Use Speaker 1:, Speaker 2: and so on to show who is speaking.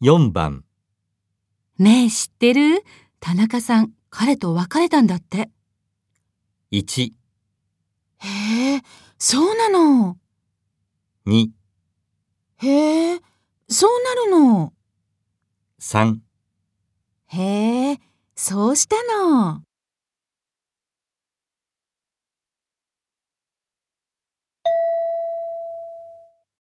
Speaker 1: 4番、
Speaker 2: ねえ知ってる田中さん、彼と別れたんだって。
Speaker 1: 1、
Speaker 3: へえ、そうなの。
Speaker 1: 2、
Speaker 3: へえ、そうなるの。
Speaker 1: 3。
Speaker 3: へえ、そうしたの。